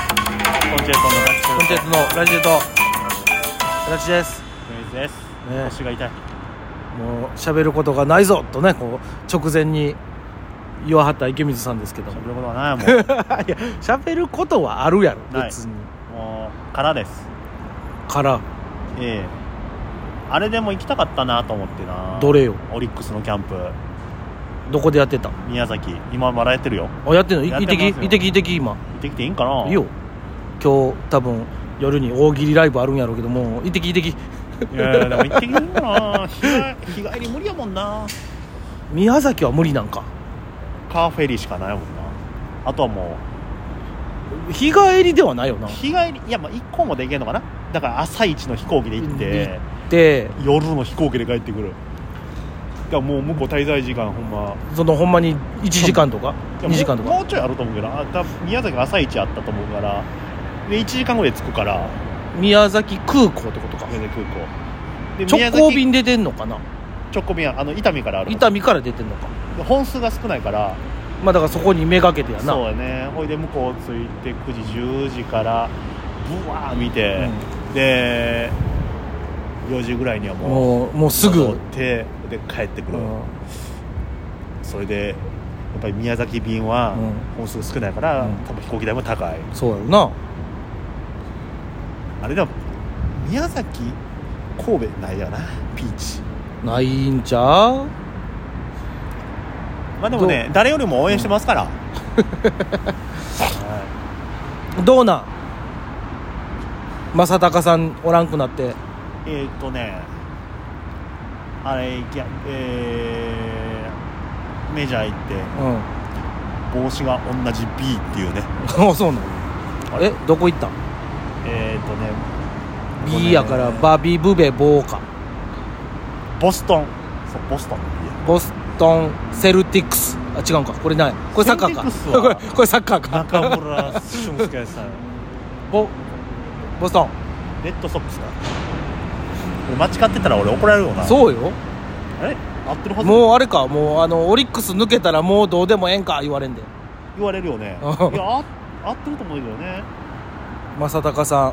チェルトのラジチェルトコンテンツのラジエと形ですクイズです、ね腰が痛いもう喋ることがないぞとねこう直前に言わはった池水さんですけ ども喋ることはないもいや喋ることはあるやろない別にうもう空ですからええあれでも行きたかったなと思ってなどれよオリックスのキャンプどこでやってた宮崎今まだやってるよあやってんのいやっていてますきよいてきいてき今行ってきていいんかないいよ今日多分夜に大喜利ライブあるんやろうけどもういてきいてきいやいやでも行ってきていいんかな日帰日帰り 無理やもんな宮崎は無理なんかカーフェリーしかないもんなあとはも日帰りではないような日帰りいやまあ一個もで行けんのかなだから朝一の飛行機で行ってで夜の飛行機で帰ってくるだからもう向こう滞在時間ほんまそのほんまに1時間とかいや2時間ともうかもうちょいあると思うけどあ多分宮崎朝一あったと思うからで1時間後で着くから宮崎空港ってことか宮崎空港で宮直崎行便で出んのかな直行便はあの伊丹からある伊丹から出てんのかで本数が少ないからまあだからそこにめがけてやなそうやねほいで向こう着いて9時10時からブワー見て、で4時ぐらいにはもうもうもうす戻っぐ、てで帰ってくうる、んそれでやっぱり宮崎便はうん本数少ないから、うん多分飛行機代も高いそうやろなあれでも宮崎神戸ないよなピーチないんちゃうまあでもね誰よりも応援してますから、 はいどうなん正隆さんおらんくなってえーっとねあれいきゃえーメジャー行ってう帽子が同じ B っていうねん あそうなのあれえどこ行ったんえーっとねここね B やからバビブベボーカボストンそうボストンの B やボストンセルティックスあ違うんかこれないこれサッカーかセルティックス これはこれサッカーか中村俊輔さ んボボストンレッドソックスか俺間違ってたら俺怒られるよなそうよあれ合ってるはずもうあれかもうあのオリックス抜けたらもうどうでもええんか言われんで言われるよ ねいやあ合ってると思うけどね正隆さん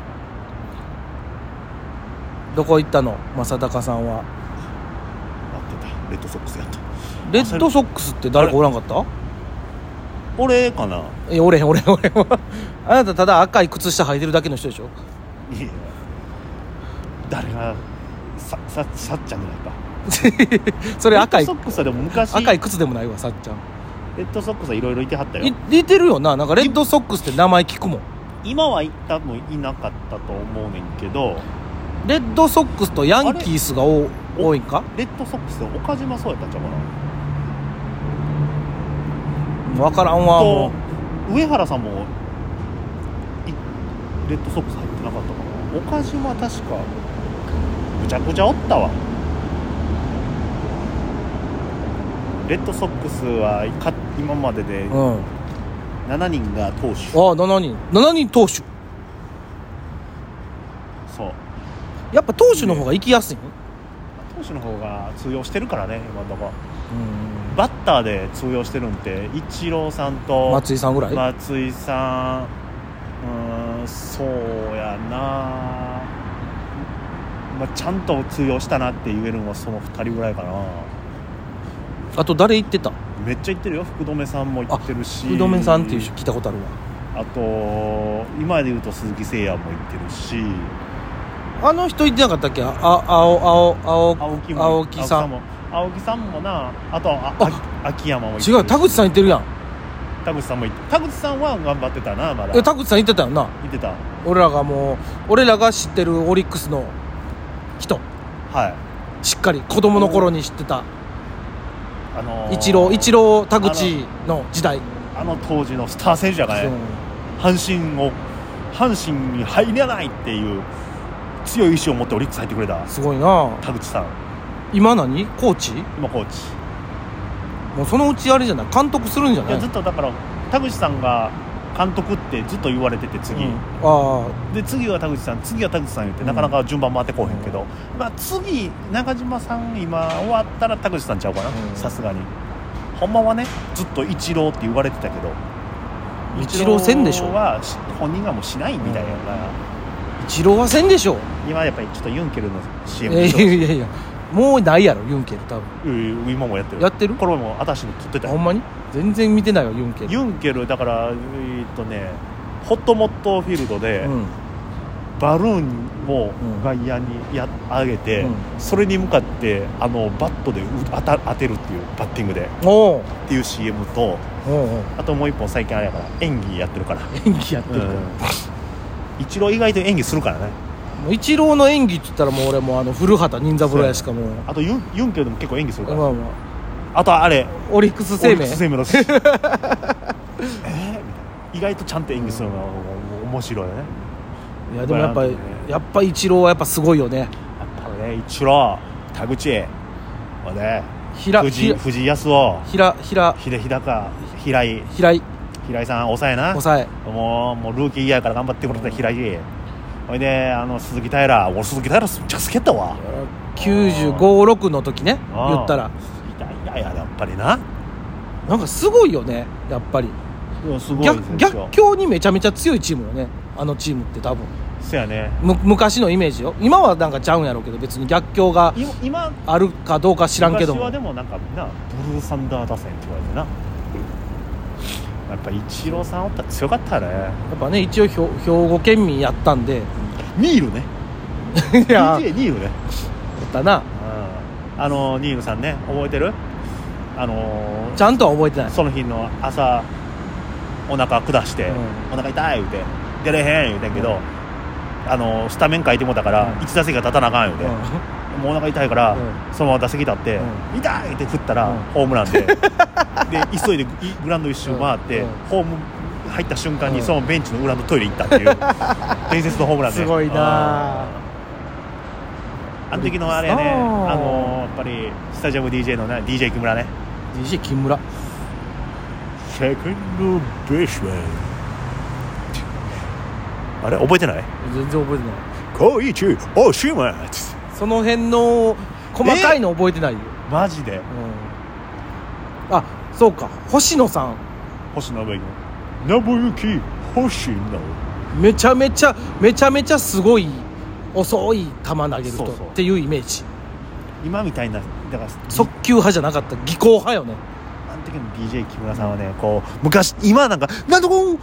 どこ行ったの正隆さん合はってたレッドソックスやったレッドソックスって誰かおらんかった俺かないやおれへんおれへんおれへん あなたただ赤い靴下履いてるだけの人でしょ いや誰がさささっちゃんじゃないかそれ赤いレッドソックスはでも昔赤い靴でもないわさっちゃんレッドソックスはいろいろいてはったよい似てるよななんかレッドソックスって名前聞くもん今は多分いなかったと思うねんけどレッドソックスとヤンキースが多あれ多いんかレッドソックスで岡島そうやったんちゃうかな分からんわもと上原さんもいレッドソックス入ってなかったかな岡島は確かぐちゃぐちゃおったわレッドソックスはか今まででううん7人が投手ああ7人7人投手そうやっぱ投手の方が行きやすいん投手の方が通用してるからね今のとこバッターで通用してるんってイチローさんと松井さんぐらい、松井さんうーんそうやな、まあ、ちゃんと通用したなって言えるのはその2人ぐらいかなあと誰行ってためっちゃ言ってるよ福留さんも言ってるし福留さんっていう人聞いたことあるわあと今で言うと鈴木誠也も言ってるしあの人行ってなかったっけあ青青青青木も青木さんも青木さんもなあとああ秋山も言って違う田口さん行ってるやん田口さんも言って田口さんは頑張ってたなまだえ田口さん行ってたよな言ってたは俺らがもう俺らが知ってるオリックスの人いしっかり子供の頃に知ってたあのーイチローイチロー田口の時代あの当時のスター選手じゃない阪神を阪神に入れないっていう強い意志を持ってオリックス入ってくれたすごいな田口さん今何コーチ今コーチもうそのうちあれじゃない監督するんじゃいないやずっとだから田口さんが監督ってずっと言われてて次、うんあで次は田口さん次は田口さん言ってうんなかなか順番回ってこうへんけど、まあ、次中島さん今終わったら田口さんちゃうかなうんさすがにほんまはねずっとイチローって言われてたけどあイチローせんでしょイチローはし本人がもうしないみたいやから、一郎はせんでしょう今やっぱりちょっとユンケルの CM えでいしょやいやいやもうないやろユンケル多分うん今もやってるやってるこれも私に撮ってたほんまに全然見てないわユンケルユンケルだからえーっとねホットモットフィールドで、うんバルーンをうん外野にや上げて、うんそれに向かってあのバットでう当た当てるっていうバッティングでっおうていう CM とおうおうあともう一本最近あれやから演技やってるから、演技やってうるんから、も、一郎意外と演技するからねう一郎の演技って言ったらもう俺もうあの古畑任三郎やしかもうあとユンユンケルでも結構演技するから、まあまあとあれあオリックス生オリッ命クス生命の えーみたいな意外とちゃんと演技するのが面白いねいやでもやっぱりバランスねやっぱ一郎はやっぱすごいよねやっぱね一郎田口まで平藤井平藤井康夫平平秀日高平井平井平井さん抑えな抑えもうもうルーキーイヤーから頑張ってくれた平井ほいであの鈴木平俺鈴木平めっちゃ好きやったわ956の時ねあー言ったら鈴木平ややっぱりななんかすごいよねやっぱりす逆逆境にめちゃめちゃ強いチームよねあのチームって多分そうやねむ昔のイメージよ今はなんかちゃうんやろうけど別に逆境が今今あるかどうか知らんけど昔もはでもなんかみんなブルーサンダー打線って言われてなやっぱイチローさんおったら強かったねやっぱね一応ひょ兵庫県民やっ たんでニールねいや DJ ニールねおったなうんあのニールさんね覚えてるあのちゃんとは覚えてないその日の朝お腹下して、うんお腹痛い言うて出れへん言うてんけど、あのスタメン書いてもうたから、うん1打席が立たなあかん言うて、もうお腹痛いから、うそのまま打席立って、う痛いって振ったら、うんホームラン でで急いでグラウンド一周回って、うんうんホーム入った瞬間に、うんそのベンチの裏のトイレ行ったって いう伝説のホームランですごいなああの時のあれね、そうあのやっぱりスタジアム DJ のね、DJ 木村ね、 DJ 金村セカンドベースマンあれ覚えてない全然覚えてない高一おしまっつってその辺の細かいの覚えてないよ、マジでうん、あそうか星野さん星野信之信之星野めちゃめちゃめちゃめちゃすごい遅い球投げるそう人そうっていうイメージ今みたいなだから速球派じゃなかった技巧派よねあの時の DJ 木村さんはねこう昔今なんかなんとこう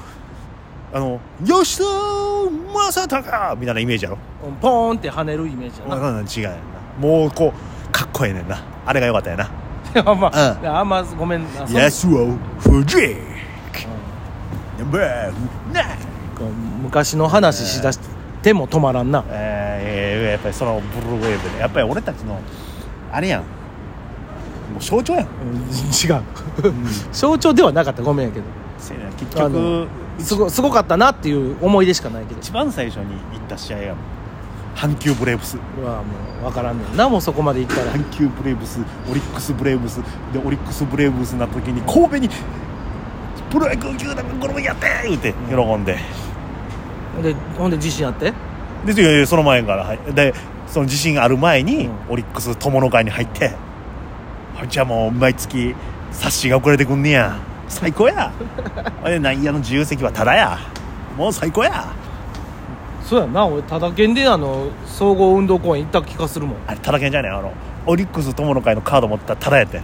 あの吉田正尚みたいなイメージやろうんポーンって跳ねるイメージや なうん違うやんなもうこうかっこええねんなあれが良かったやなあんま、うあんまごめんなさい、安尾藤井ナンバーナインこう昔の話しだしても止まらんな、えー、やっぱりそのブルーウェーブでやっぱり俺たちのあれやんもう象徴やん、うん違う象徴ではなかったごめんやけどせやな結あ局のすごすごかったなっていう思い出しかないけど一番最初に行った試合が阪急ブレーブスうわもう分からんねんなもうそこまでいったら阪急ブレーブスオリックスブレーブスでオリックスブレーブスな時に神戸にプロ野球球団がゴルフやってー言うて喜んで、でほんで自信あってでいやいやその前から入っでその自信ある前に、うんオリックス友の会に入ってほいじゃあもう毎月冊子が送られてくんねや最高やほいで内野の自由席はただやもう最高やそうやんな俺ただ県であの総合運動公園行った気がするもんあれただけんじゃねえあのオリックス友の会のカード持ってたらただやってあ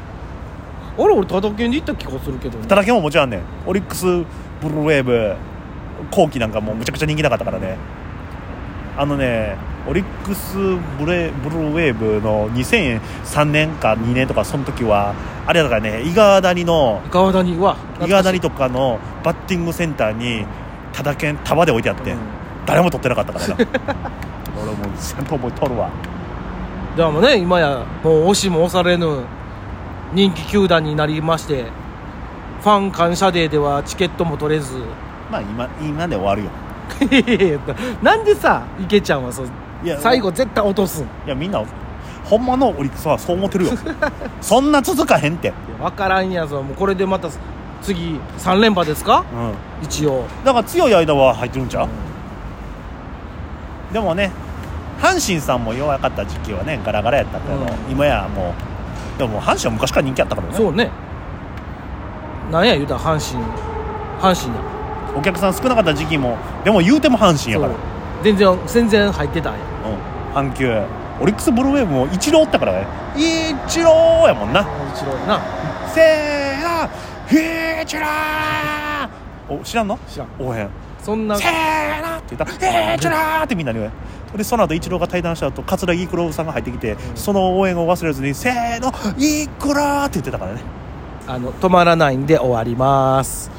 れ俺ただ県で行った気がするけたど、ね、だけんももちろんねんオリックスブルーウェーブ後期なんかもうむちゃくちゃ人気なかったからねあのねオリックスブレブルーウェーブの2003年か2年とかその時はあれだからね伊賀谷の川谷は伊賀谷とかのバッティングセンターにただけん束で置いてあって、誰も取ってなかったからな 俺もうちゃんと覚えとるわでもね今やもう押しも押されぬ人気球団になりましてファン感謝デーではチケットも取れずまあ今今で終わるよ なんでさ池ちゃんはそういや最後絶対落とすんいやみんなほんまのオリックスはそう思ってる よそんな続かへんって分からんやぞもうこれでまた次3連覇ですかうん一応だから強い間は入ってるんちゃう、でもね阪神さんも弱かった時期はねガラガラやったけど、う今やもうでももう阪神は昔から人気あったからねそうねなんや言うたら阪神阪神やお客さん少なかった時期もでも言うても阪神やそからう全然全然入ってたんやうん阪急オリックスブルーウェーブもイチローおったからねイチローやもんな一郎やなせーのイチローお知らんの知らんおへんそんなせーのって言ったら「イチロー!」ってみんなに言うでその後イチローが対談した後桂木九郎さんが入ってきて、その応援を忘れずに「せーのイクロー!」って言ってたからねあの止まらないんで終わります